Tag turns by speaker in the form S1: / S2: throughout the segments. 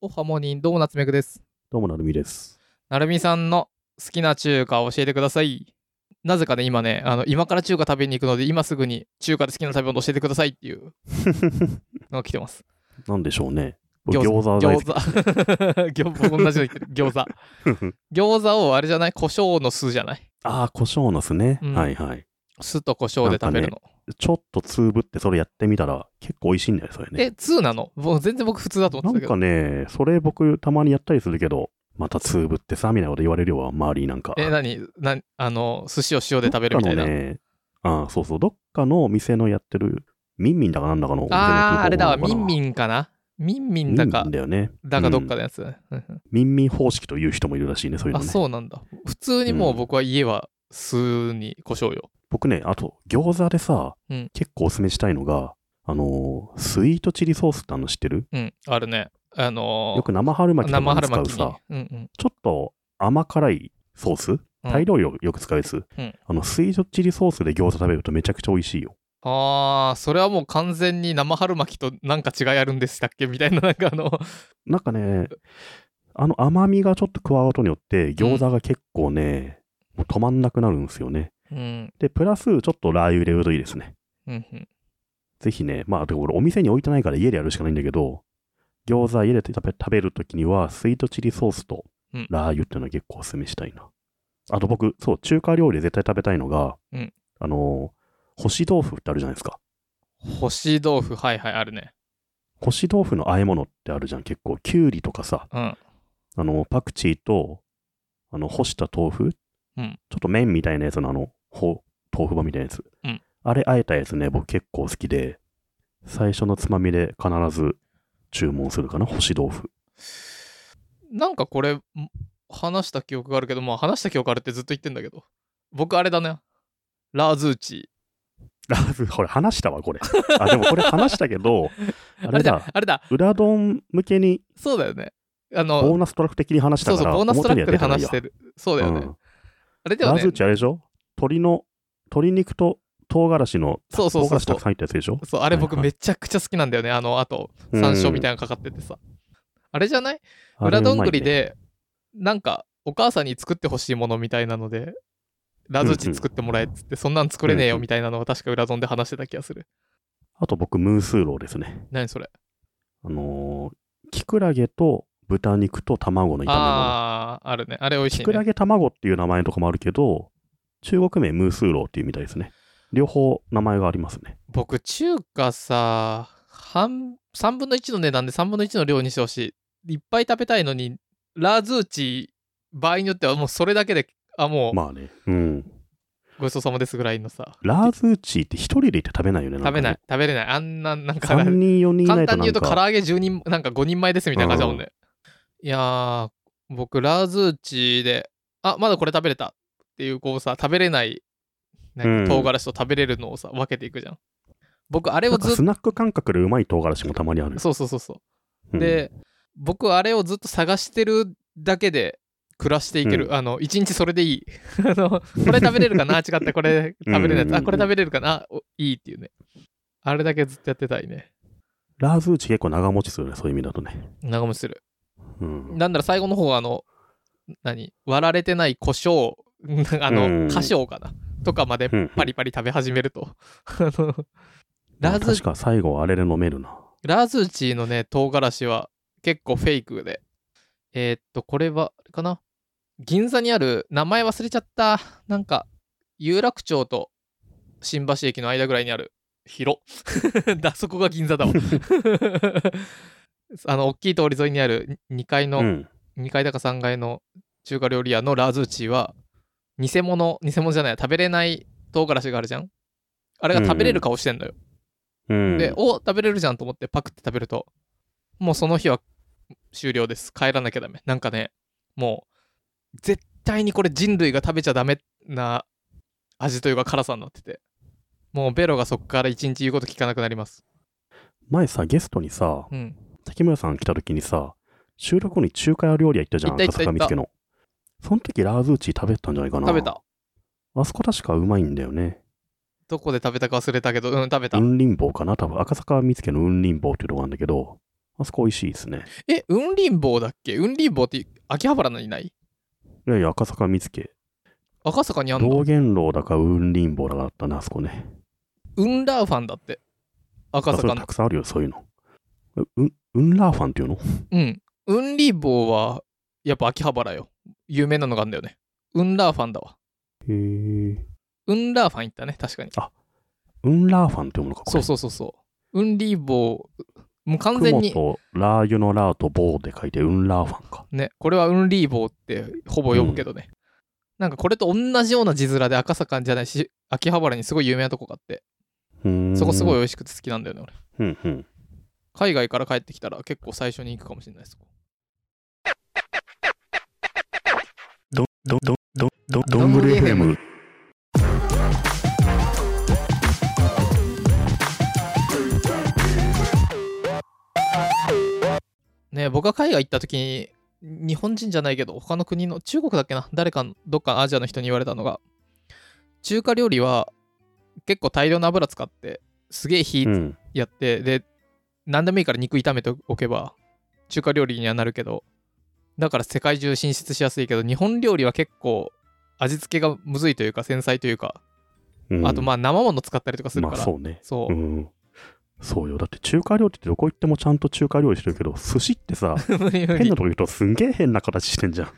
S1: おはモニンどうも夏目くです。
S2: どうもなるみです。
S1: なるみさんの好きな中華を教えてください。なぜかね、今ね、あの今から中華食べに行くので、今すぐに中華で好きな食べ物教えてくださいっていうのが来てます。
S2: なんでしょうね。
S1: 餃子
S2: 餃子は大好
S1: 餃子。。
S2: き
S1: 餃子、 僕同じの言ってる。餃 子。餃子をあれじゃない胡椒の酢じゃない
S2: ああ、胡椒の酢ね、
S1: うん
S2: はいはい。
S1: 酢と胡椒で食べるの。
S2: ちょっとつぶってそれやってみたら結構美味しいんだよ、それね。
S1: え、通なのもう全然僕普通だと思
S2: な
S1: って
S2: ん
S1: たけど
S2: か。ね、それ僕たまにやったりするけど、またつぶってさ、みたいなこと言われるよ、周りになんか。
S1: え、何何あの、寿司を塩で食べる
S2: どっ
S1: みた
S2: か
S1: い
S2: の
S1: な。
S2: ね、ああ、そうそう、どっかの店のやってる、ミンミンだかなんだかのお店の
S1: あー、あれだわ。
S2: どこ
S1: ミ
S2: な
S1: ン
S2: のかな
S1: ミンかなミンミン
S2: ミ
S1: だ
S2: ンミ
S1: か
S2: ン、だよね。
S1: だかどっ
S2: うん
S1: かのやつだね。うんうん
S2: ミンミン方式という人もいるらしいね、そういうの
S1: あ、
S2: ね。
S1: そうなんだ。普通にもううん僕は家は酢に胡椒よ。
S2: 僕ね、あと、餃子でさ、
S1: うん
S2: 結構おすすめしたいのが、あのースイートチリソースってあの知ってる
S1: うん、あるね。あのー
S2: よく生春巻きと
S1: 生
S2: か
S1: 春巻
S2: に使う
S1: きに
S2: さ、。
S1: うんうん。
S2: ちょっと甘辛いソース
S1: うん
S2: タイ料理をよく使うやつ、
S1: うん
S2: あのスイートチリソースで餃子食べるとめちゃくちゃ美味しいよ。
S1: ああ、それはもう完全に生春巻きとなんか違いあるんでしたっけみたいな、なんかあ の、
S2: なんかね、あの甘みがちょっと加わることによって、餃子が結構ね、もう止まんなくなるんですよね。
S1: うん、
S2: で、プラスちょっとラー油入れるといいですね。
S1: うん、うん。
S2: ぜひね、まあ、でも俺お店に置いてないから家でやるしかないんだけど、餃子家で食べ食べるときには、スイートチリソースと
S1: うん
S2: ラー油っていうのは結構おすすめしたいな。あと僕、そう、中華料理で絶対食べたいのが、
S1: うん
S2: あのー、干し豆腐ってあるじゃないですか。
S1: 干し豆腐、はいはい、あるね。
S2: 干し豆腐の和え物ってあるじゃん、結構。きゅうりとかさ、
S1: うん、
S2: あのー、パクチーと、あの、干した豆腐、
S1: うん
S2: ちょっと麺みたいなやつのあの、ほ豆腐場みたいなやつ。
S1: うん
S2: あれ、あえたやつね、僕結構好きで、最初のつまみで必ず注文するかな、干し 豆腐。
S1: なんかこれ、ん話した記憶があるけど、まあ話した記憶あるってずっと言ってんだけど、僕あれだね。ラーズーチ。
S2: ラーズ、ほら、話したわ、これ。 あ、でもこれ話した けど、あ
S1: あ
S2: れ
S1: れだ
S2: だ、、
S1: あれだ、
S2: 裏丼向けに
S1: そうだよね。あ
S2: ボ
S1: の、
S2: ーナストラック的に話し
S1: そ
S2: た
S1: う
S2: か
S1: そう、
S2: ら、
S1: ボーナストラックで話して
S2: る。
S1: る。そうだよね。
S2: うん
S1: あれでは
S2: ラ
S1: ね
S2: ズー、チあれでしょ鶏の、鶏肉と唐辛子の、
S1: そうそうそうそう
S2: 唐辛子たくさん入ったやつでしょ
S1: そう、あれ
S2: はいはい
S1: 僕めちゃくちゃ好きなんだよね。あの、あと、
S2: うん
S1: 山椒みたいなのかかっててさ。あれじゃない
S2: あれ
S1: 裏
S2: う
S1: どん
S2: まいね
S1: ぐりで、なんか、お母さんに作ってほしいものみたいなので、ラズーチ作ってもらえっつって、そんなん作れねえよみたいなのを確か裏丼で話してた気がする。
S2: あと僕、ムースーローですね。
S1: 何それ
S2: あのーキクラゲと豚肉と卵の炒め物。
S1: あー、あるね。あれ美味し
S2: キ
S1: い
S2: クラ
S1: ね。
S2: ゲ卵っていう名前とかもあるけど、中国名ムースーローっていうみたいですね。両方名前がありますね。
S1: 僕、中華さ、半、3分の1の値段で3分の1の量にしてほしい。いっぱい食べたいのに、ラズーチ、場合によってはもうそれだけで、あ、もう
S2: まあね。うん。
S1: ごちそうさまですぐらいのさ。
S2: ラーズーチーって一人でいて食べないよね。んか
S1: 食べ
S2: ね
S1: ない、食べれない。あんな、なんか、
S2: 3人4人いな
S1: 簡
S2: いと
S1: 単に言う
S2: なん
S1: と、唐
S2: か
S1: 揚げ10人、なんか5人前ですみたいな感じだもんね。いやー、僕、ラーズーチで、あ、まだこれ食べれたっていう、こうさ、食べれない、なんか
S2: う
S1: 唐
S2: ん
S1: 辛子と食べれるのをさ、分けていくじゃん。僕、あれ
S2: な
S1: を
S2: んか
S1: ずっ
S2: スナック感覚でうまい唐辛子もたまにある
S1: と、。そうそうそうそう。
S2: うん、
S1: で、僕、あれをずっと探してるだけで、暮らしていける、
S2: う
S1: あの一日それでいい あのこれ食べれるかな違ったこれ食べ れないやつあこれ食べれるかなおいいっていうねあれだけずっとやってたいね
S2: ラーズーチ結構長持ちするね、そういう意味だとね。
S1: 長持ちする
S2: うん、
S1: なんなら最後の方はあの、何割られてない胡椒、 あ
S2: うん
S1: の、花椒かなとかまで
S2: うん
S1: パリパリ食べ始めると。 あのラズ
S2: 確か最後あれで飲めるな。
S1: ラズーチーのね、唐辛子は結構フェイクで。えーっと、これは、あれかな銀座にある、名前忘れちゃった。なんか、有楽町と新橋駅の間ぐらいにある、広。 だ、そこが銀座だわ。 あの、大きい通り沿いにある2階の
S2: うん、
S1: 2階だか3階の中華料理屋のラーズーチーは偽物偽物じゃない食べれない唐辛子があるじゃんあれが食べれる顔してんだよ、
S2: うん、
S1: でお食べれるじゃんと思ってパクって食べるともうその日は終了です帰らなきゃダメなんかねもう絶対にこれ人類が食べちゃダメな味というか辛さになっててもうベロがそこから一日言うこと聞かなくなります
S2: 前さ、ゲストにさ、
S1: うん
S2: 滝村さん来た時にさ、収録後に中華料理屋行ったじゃん、
S1: 行った行った
S2: 坂道家の。その時ラーズーチー食べたんじゃないかな。
S1: 食べ。た
S2: あそこ確かうまいんだよね。
S1: どこで食べたか忘れたけどうん食べた
S2: 雲林坊かな多分赤坂見附の雲林坊っていうとこなんだけど、あそこ美味しいですね。
S1: え、雲林坊だっけ雲林坊って秋葉原のいない
S2: いやいや、赤坂見附。
S1: 赤坂にあんの
S2: 道元楼だか雲林坊だかだったな、あそこね。
S1: 雲ラーファンだって。赤
S2: あそ
S1: 坂の
S2: れた。くさんあるよ、そういうの。う、ううんラーファンっていうの
S1: うん。雲林坊はやっぱ秋葉原よ。有名なのがあるんだよね。雲ラーファンだわ。
S2: へえ。
S1: 雲ラーファン行ったね、確かに。
S2: うんラーファンっていうものか、これ
S1: そうそうそうそう。雲林坊、もう完全に。
S2: 雲とラー油のラーと棒で書いて、うんラーファンか。
S1: ね、これはウンリーボーってほぼ読むけどね。なんかこれと同じような字面で赤坂じゃないし、秋葉原にすごい有名なとこがあって、
S2: うーん
S1: そこすごい。美味しくて好きなんだよね、俺。
S2: うんうん。
S1: 海外から帰ってきたら結構最初に行くかもしれないです。
S2: ど、ど、ど、ど、ど、
S1: どんぐり FM。ね、僕が海外行った時に、日本人じゃないけど、他の国の、中国だっけな、誰かの、どっかのアジアの人に言われたのが、中華料理は結構大量の油使って、すげえ火
S2: うん。
S1: やって、で、何でもいいから肉炒めておけば、中華料理にはなるけど、だから世界中進出しやすいけど、日本料理は結構味付けがむずいというか、繊細というか、
S2: うん
S1: あとまあ生もの使ったりとかする
S2: ま
S1: か
S2: あ
S1: ら、
S2: そうね。
S1: そう
S2: う、ん。そうよ。だって中華料理ってどこ行ってもちゃんと中華料理してるけど、寿司って さ、
S1: 無理無
S2: 変な
S1: 理。
S2: とこ言うとすんげえ変な形してんじゃん。
S1: うん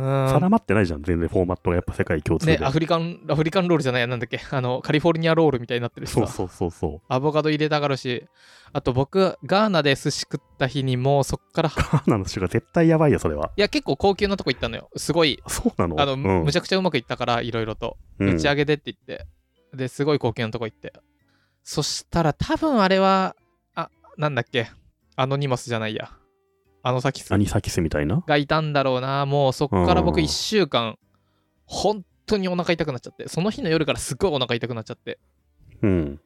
S2: 定まってないじゃん、全然フォーマットがやっぱ世界共通で。
S1: ね、アフリカン、アフリカンロールじゃないや、なんだっけ、 あの、カリフォルニアロールみたいになってるしさ
S2: そうそうそうそ。
S1: アボカド入れたがるし、あと僕、ガーナで寿司食った日にもうそっから、いう
S2: ガーナの人が絶対やばいよ、それは。
S1: や、結構高級なとこ行ったのよ。すごい、
S2: そうなの
S1: あの、
S2: うん
S1: むちゃくちゃうまくいったから、いろいろと。
S2: うん
S1: 打ち上げでって言って、ですごい高級なとこ行ってそしたら多分あれはあなんだっけアノニマスじゃないやアノサキス
S2: アニサキスみたいな。
S1: がいたんだろうなもうそっから僕
S2: うん
S1: 1週間本当にお腹痛くなっちゃってその日の夜からすっごいお腹痛くなっちゃって
S2: うん。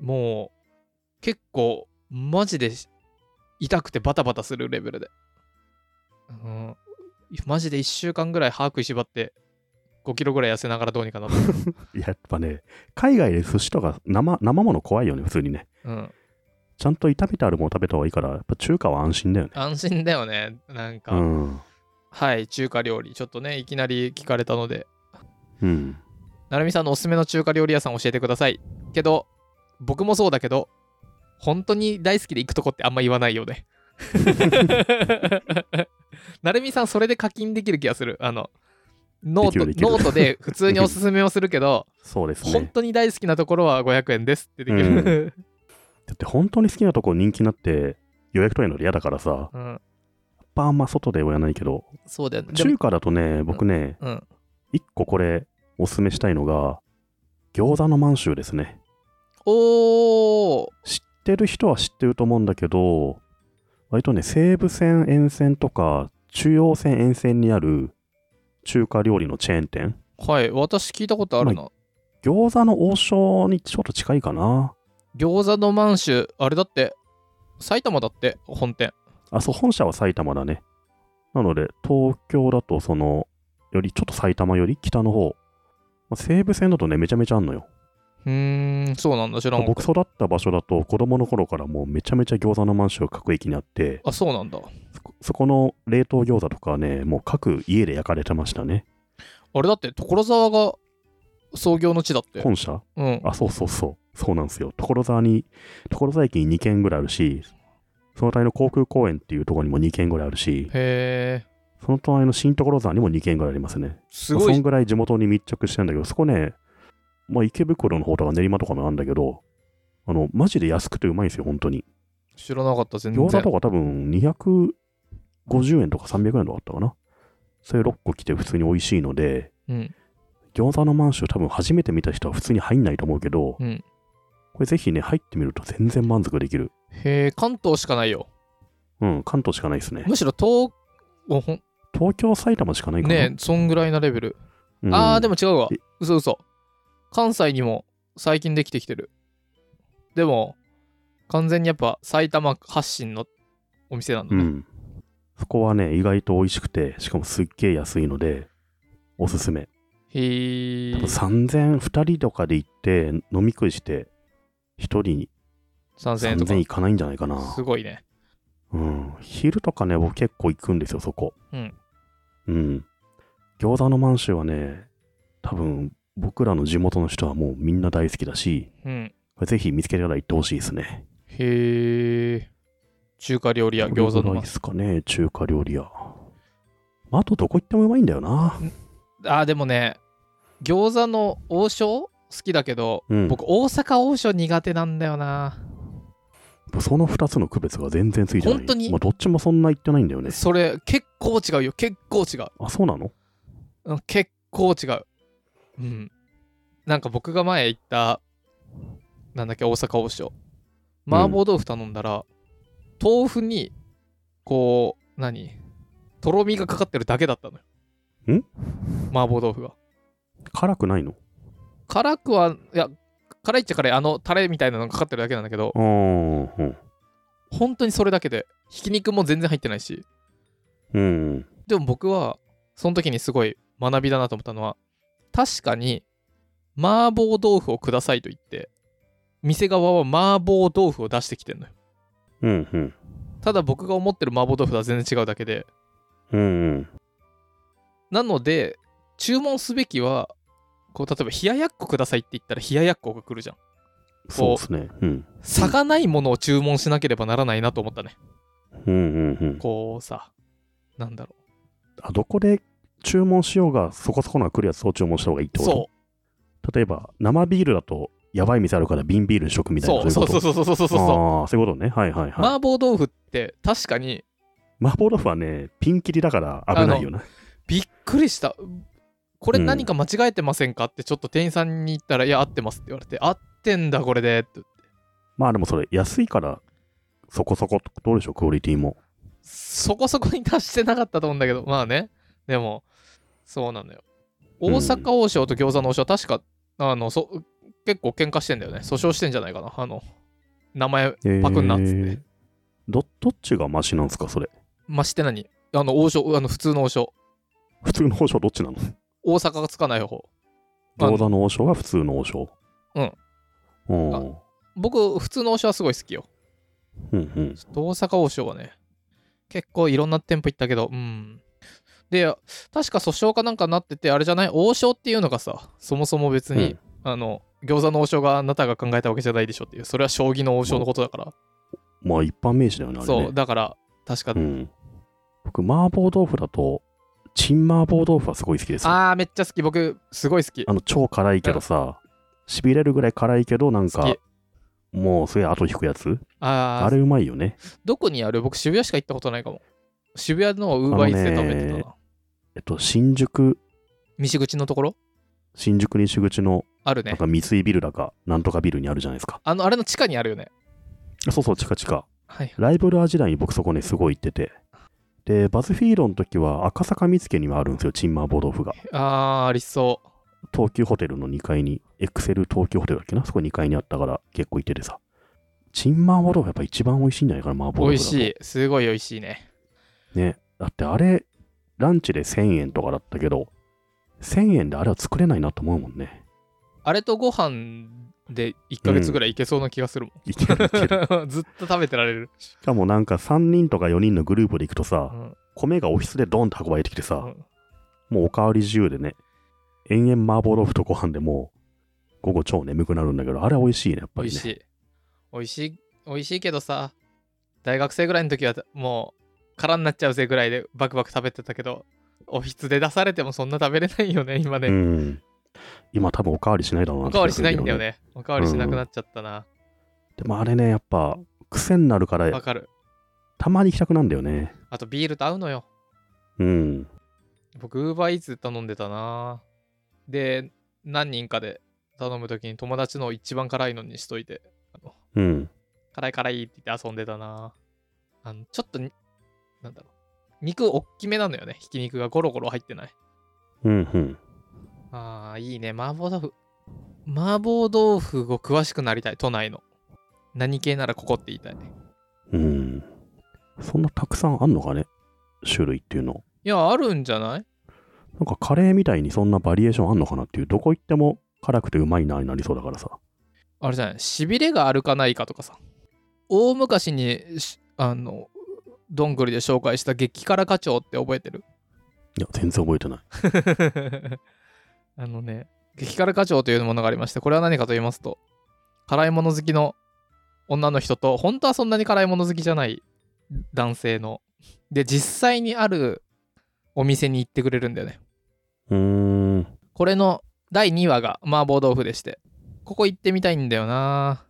S1: もう結構マジで痛くてバタバタするレベルで、うん、マジで1週間ぐらい歯食いしばって5キロぐらい痩せながらどうにかなった、
S2: やっぱね、海外で寿司とか生生もの怖いよね、普通にね。
S1: うん、
S2: ちゃんと炒めてあるもの食べた方がいいから、やっぱ中華は安心だよね。
S1: 安心だよねなんか、
S2: うん。
S1: はい中華料理ちょっとねいきなり聞かれたので
S2: うん。
S1: なるみさんのおすすめの中華料理屋さん教えてくださいけど僕もそうだけど本当に大好きで行くとこってあんま言わないよ ねなるみさんそれで課金できる気がするあのノート
S2: できるできる
S1: ノートで普通におすすめをするけど、
S2: そうです
S1: 本
S2: ね。
S1: 当に大好きなところは500円ですってできる、
S2: だって本当に好きなとこ人気になって予約取れるの嫌だからさ、やっ
S1: うん
S2: ぱあんま外ではやらないけど、
S1: そうだよねでも
S2: 中華だとね、僕ね、
S1: うん、
S2: 一個これおすすめしたいのが、餃子の満州ですね。
S1: おー
S2: 知ってる人は知ってると思うんだけど、割とね、西武線沿線とか中央線沿線にある中華料理のチェーン店。
S1: はい私聞いたことあるな、
S2: 餃子の王将にちょっと近いかな。
S1: 餃子の満州あれだって埼玉だって本店
S2: あ、そう、本社は埼玉だね。なので、東京だとその、よりちょっと埼玉より北の方。まあ西武線だとね、めちゃめちゃあんのよ。
S1: うーんそうなんだ知らんかっ
S2: 僕
S1: た
S2: 育った場所だと、子供の頃からもうめちゃめちゃ餃子の満州各駅にあって、
S1: あそうなんだ
S2: そこそこの冷凍餃子とかはね、もう各家で焼かれてましたね。
S1: あれだって所沢が創業の地だって
S2: 本社
S1: うん
S2: あ、そうそうそう。そうなんですよ。所沢に、所沢駅に2軒ぐらいあるし、その隣の航空公園っていうところにも2軒ぐらいあるし、
S1: へえ
S2: その隣の新所沢にも2軒ぐらいありますね。
S1: すご
S2: まあそん
S1: い
S2: ぐらい地元に密着してるんだけど、そこね、まあ、池袋の方とか練馬とかもあるんだけど、あの、マジで安くてうまいんですよ、本当に。
S1: 知らなかった全然
S2: 餃子とか多分250円とか300円とかあったかな。それ6個来て普通に美味しいので、
S1: うん
S2: 餃子の満州多分初めて見た人は普通に入んないと思うけど、
S1: うん
S2: これぜひね、入ってみると全然満足できる。
S1: へえ関東しかないよ
S2: うん、関東しかないですね。
S1: むしろ東おほん
S2: 東京、埼玉しかないかな。
S1: ねえそんぐらいなレベル、
S2: うん
S1: あーでも違うわ
S2: え
S1: 嘘嘘関西にも最近できてきてるでも完全にやっぱ埼玉発信のお店なんだ
S2: う
S1: ね、
S2: ん。そこはね、意外と美味しくて、しかもすっげえ安いので、おすすめ。
S1: へえ
S2: 多分3000、2人とかで行って、飲み食いして、1人に
S1: 3000円とか
S2: 3000いかないんじゃないかな。
S1: すごいね
S2: うん、昼とかね、僕結構行くんですよ、そこ。
S1: うん。
S2: うん。餃子の満州はね、多分僕らの地元の人はもうみんな大好きだし、
S1: うん。
S2: これぜひ見つけたら行ってほしいですね。
S1: へえ。中華料理
S2: い
S1: 屋、餃子の
S2: い
S1: マ
S2: で
S1: ス。
S2: すかね、中華料理屋。まあ、あとどこ行ってもうまいんだよな。
S1: あー、でもね、餃子の王将好きだけど、
S2: うん
S1: 僕、大阪王将苦手なんだよな。
S2: その2つの区別が全然ついてない。
S1: 本当に
S2: まあ、どっちもそんな行ってないんだよね。
S1: それ、結構違うよ。結構違う。
S2: あ、そうなの
S1: うん結構違う。うん。なんか僕が前行った、なんだっけ、大阪王将。麻婆豆腐頼んだら、豆腐に、こう、何とろみがかかってるだけだったのよ。
S2: ん
S1: 麻婆豆腐が。
S2: 辛くないの
S1: 辛くは、いや、辛いっちゃ辛い、あの、タレみたいなのがかかってるだけなんだけど
S2: う、ーん。うん
S1: 本当にそれだけで、ひき肉も全然入ってないし。
S2: うん。
S1: でも僕は、その時にすごい学びだなと思ったのは、確かに、麻婆豆腐をくださいと言って、店側は麻婆豆腐を出してきてんのよ。
S2: うん。うん。
S1: ただ僕が思ってる麻婆豆腐とは全然違うだけで、
S2: うん。
S1: なので、注文すべきは、こう、例えば、冷ややっこくださいって言ったら、冷ややっこが来るじゃん。
S2: そうですね。うん。
S1: 差がないものを注文しなければならないなと思ったね。
S2: うん。うん。うん。
S1: こうさ、なんだろ
S2: あどこで注文しようがそこそこのが来るやつを注文した方がいいって
S1: う。
S2: こと
S1: そ
S2: 例えば生ビールだとやばい店あるから瓶ビールにしとくみ
S1: う。
S2: たい
S1: そ
S2: な
S1: うそうそう
S2: う
S1: そうそうそうそう
S2: こと
S1: そう。
S2: ああそういうことねはいはいはい、
S1: 麻婆豆腐って、確かに、
S2: 麻婆豆腐はねピンキリだから危ないよね
S1: びっくりしたこれ
S2: うん
S1: 何か間違えてませんかってちょっと店員さんに言ったら「いや合ってます」って言われて「合ってんだこれで」って
S2: まあでもそれ安いからそこそこどうでしょうクオリティも
S1: そこそこに達してなかったと思うんだけどまあねでもそうなんだよ
S2: う
S1: 大
S2: ん
S1: 阪王将と餃子の王将は確かあのそ結構喧嘩してんだよね訴訟してんじゃないかなあの名前パクんなっつって、
S2: えーどどっちがマシなんですかそれ
S1: まして何あの王将あの普通の王将
S2: 普通の王将どっちなの
S1: 大阪がつかない方あの
S2: 餃子の王将は普通の王将
S1: うん
S2: うん
S1: あ僕普通の王将はすごい好きよ
S2: うんうん
S1: ちょっと大阪王将はね、結構いろんな店舗行ったけど、うん。で、確か訴訟かなんかなってて、あれじゃない王将っていうのがさ、そもそも別に、
S2: うん
S1: あの、餃子の王将があなたが考えたわけじゃないでしょっていう、それは将棋の王将のことだから。
S2: まあ一般名詞だよねあれね
S1: そう、だから、確か、
S2: うん、僕麻婆豆腐だとチン麻婆豆腐はすごい好きですよあ
S1: あー、めっちゃ好き。僕、すごい好き。
S2: の超辛いけどさしびれるぐらい辛いけどなん
S1: 好
S2: か
S1: き
S2: もうすげえ後引くやつあ
S1: あー
S2: れうまいよね
S1: どこにある僕、渋谷しか行ったことないかも。渋谷のウーバーイーツで食べて
S2: あ
S1: た
S2: のね
S1: な。
S2: えっと新宿
S1: 西口のところ
S2: 新宿西口の
S1: ある
S2: なん
S1: ね。
S2: か三井ビルだかなんとかビルにあるじゃないですか、
S1: あの、あれの地下にあるよね。
S2: そうそうチカチカ
S1: はい。
S2: ライブラー時代に僕そこねすごい行っててでバズフィードの時は赤坂見附にはあるんですよチン麻婆豆腐が
S1: あー、ありそう。
S2: 東急ホテルの2階に、エクセル東急ホテルだっけな、そこ2階にあったから結構行っててさ。チンマーボ豆腐やっぱ一番美味しいんじゃないかな、麻婆
S1: 美
S2: 豆
S1: 味
S2: 腐だ
S1: し
S2: と。
S1: い。すごい美味しいね。
S2: ね。だってあれ、ランチで1000円とかだったけど、1000円であれは作れないなと思うもんね。
S1: あれとご飯で1ヶ月ぐらいいけそうな気がするも
S2: いけるいけ る。
S1: ん。ずっと食べてられる。
S2: しかもなんか3人とか4人のグループで行くと
S1: う
S2: さ、
S1: ん
S2: 米がオフィスでドンって運ばれてきて
S1: う
S2: さ、
S1: ん
S2: もうおかわり自由でね、延々麻婆豆腐とご飯でもう、午後超眠くなるんだけど、あれ美味しいね、やっぱ
S1: 美
S2: り
S1: 味
S2: ね
S1: し。い。美味しい、美味しいけどさ、大学生ぐらいの時はもう空になっちゃうぜぐらいでバクバク食べてたけど、オフィスで出されてもそんな食べれないよね、今
S2: う
S1: ね。
S2: ん。今多分おかわりしないだろうな
S1: お
S2: って
S1: かわりしないんだ
S2: 気がするけど
S1: よね。おかわりしなくなっちゃったな。
S2: でもあれね、やっぱ癖になるか
S1: わ
S2: ら、
S1: かる。
S2: たまに行きたくなんだよね。
S1: あとビールと合うのよ。
S2: うん。
S1: 僕、ウーバーイーツ頼んでたな。で、何人かで頼む時に友達の一番辛いのにしといて、あの
S2: うん。
S1: 辛い辛いって言って遊んでたな。あの、ちょっとに、なんだろう。肉おっきめなのよね。ひき肉がゴロゴロ入ってない。
S2: うんうん。
S1: ああ、いいね。麻婆豆腐。麻婆豆腐を詳しくなりたい。都内の。何系ならここって言いたい。い
S2: うん。そんなたくさんあんのかね種類っていうの。
S1: や、あるんじゃない
S2: なんかカレーみたいにそんなバリエーションあんのかなっていう、どこ行っても辛くてうまいなになりそうだからさ。
S1: あれじゃないしびれがあるかないかとかさ。大昔にし、あの、どんぐりで紹介した激辛課長って覚えてる
S2: いや、全然覚えてない。
S1: あのね、激辛課長というものがありまして、これは何かと言いますと、辛いもの好きの女の人と、本当はそんなに辛いもの好きじゃない男性の、で、実際にあるお店に行ってくれるんだよね。
S2: うーん。
S1: これの第2話が麻婆豆腐でして、ここ行ってみたいんだよな。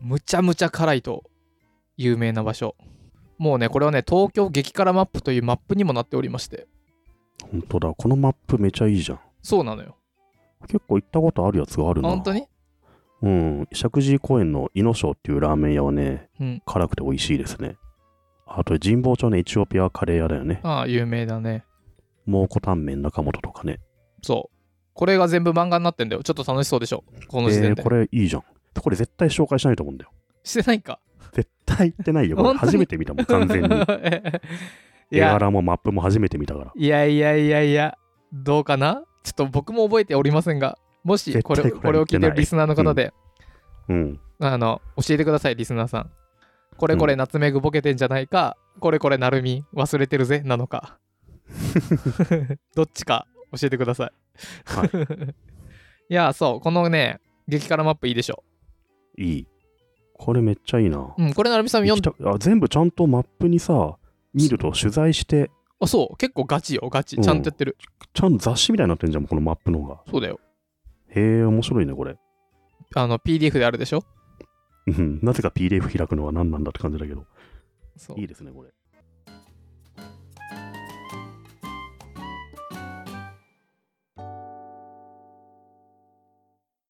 S1: むちゃむちゃ辛いと有名な場所。もうね、これはね、東京激辛マップというマップにもなっておりまして、
S2: 本当だ。このマップめちゃいいじゃん。
S1: そうなのよ。
S2: 結構行ったことあるやつがあるな。
S1: 本当に
S2: うん。石神井公園のイノショウっていうラーメン屋はね、
S1: うん
S2: 辛くて美味しいですね。あと、神保町のエチオピアカレー屋だよね。
S1: ああ、有名だね。
S2: 蒙古タンメン中本とかね。
S1: そう。これが全部漫画になってんだよ。ちょっと楽しそうでしょ。この時
S2: え
S1: 点
S2: ー
S1: で。
S2: これいいじゃん。これ絶対紹介しないと思うんだよ。
S1: してないか。
S2: 絶対行ってないよ。これ
S1: 本当に
S2: 初めて見たもん、完全に。
S1: い
S2: 絵
S1: や、
S2: 柄もマップも初めて見たから。
S1: いやいやいやいや、どうかなちょっと僕も覚えておりませんが、もしこれ
S2: 絶対こ
S1: こ
S2: れ
S1: れを聞いて
S2: 言って
S1: る
S2: ない
S1: リスナーの方で、
S2: うん。
S1: あの教えてください、リスナーさん。これこれ、夏目ぐぼけてんじゃないか、これこれ、なるみ、忘れてるぜ、なの か。どっちか教えてください。、
S2: は い
S1: や、そう、このね、激辛マップいいでしょ。
S2: いい。これめっちゃいいな。
S1: うん、これ、なるみさんも
S2: 行
S1: 読
S2: き
S1: んで、
S2: たあ全部ちゃんとマップにさ、見ると取材して、
S1: あ、そう、結構ガチよ、ガチ。
S2: うん
S1: ちゃんとやってる。
S2: ちゃんと雑誌みたいになってんじゃん、このマップの方が。
S1: そうだよ。
S2: へえ、面白いね、これ。
S1: あの、PDF であるでしょ。
S2: うんなぜか PDF 開くのは何なんだって感じだけど。
S1: そう
S2: いいですね、これ。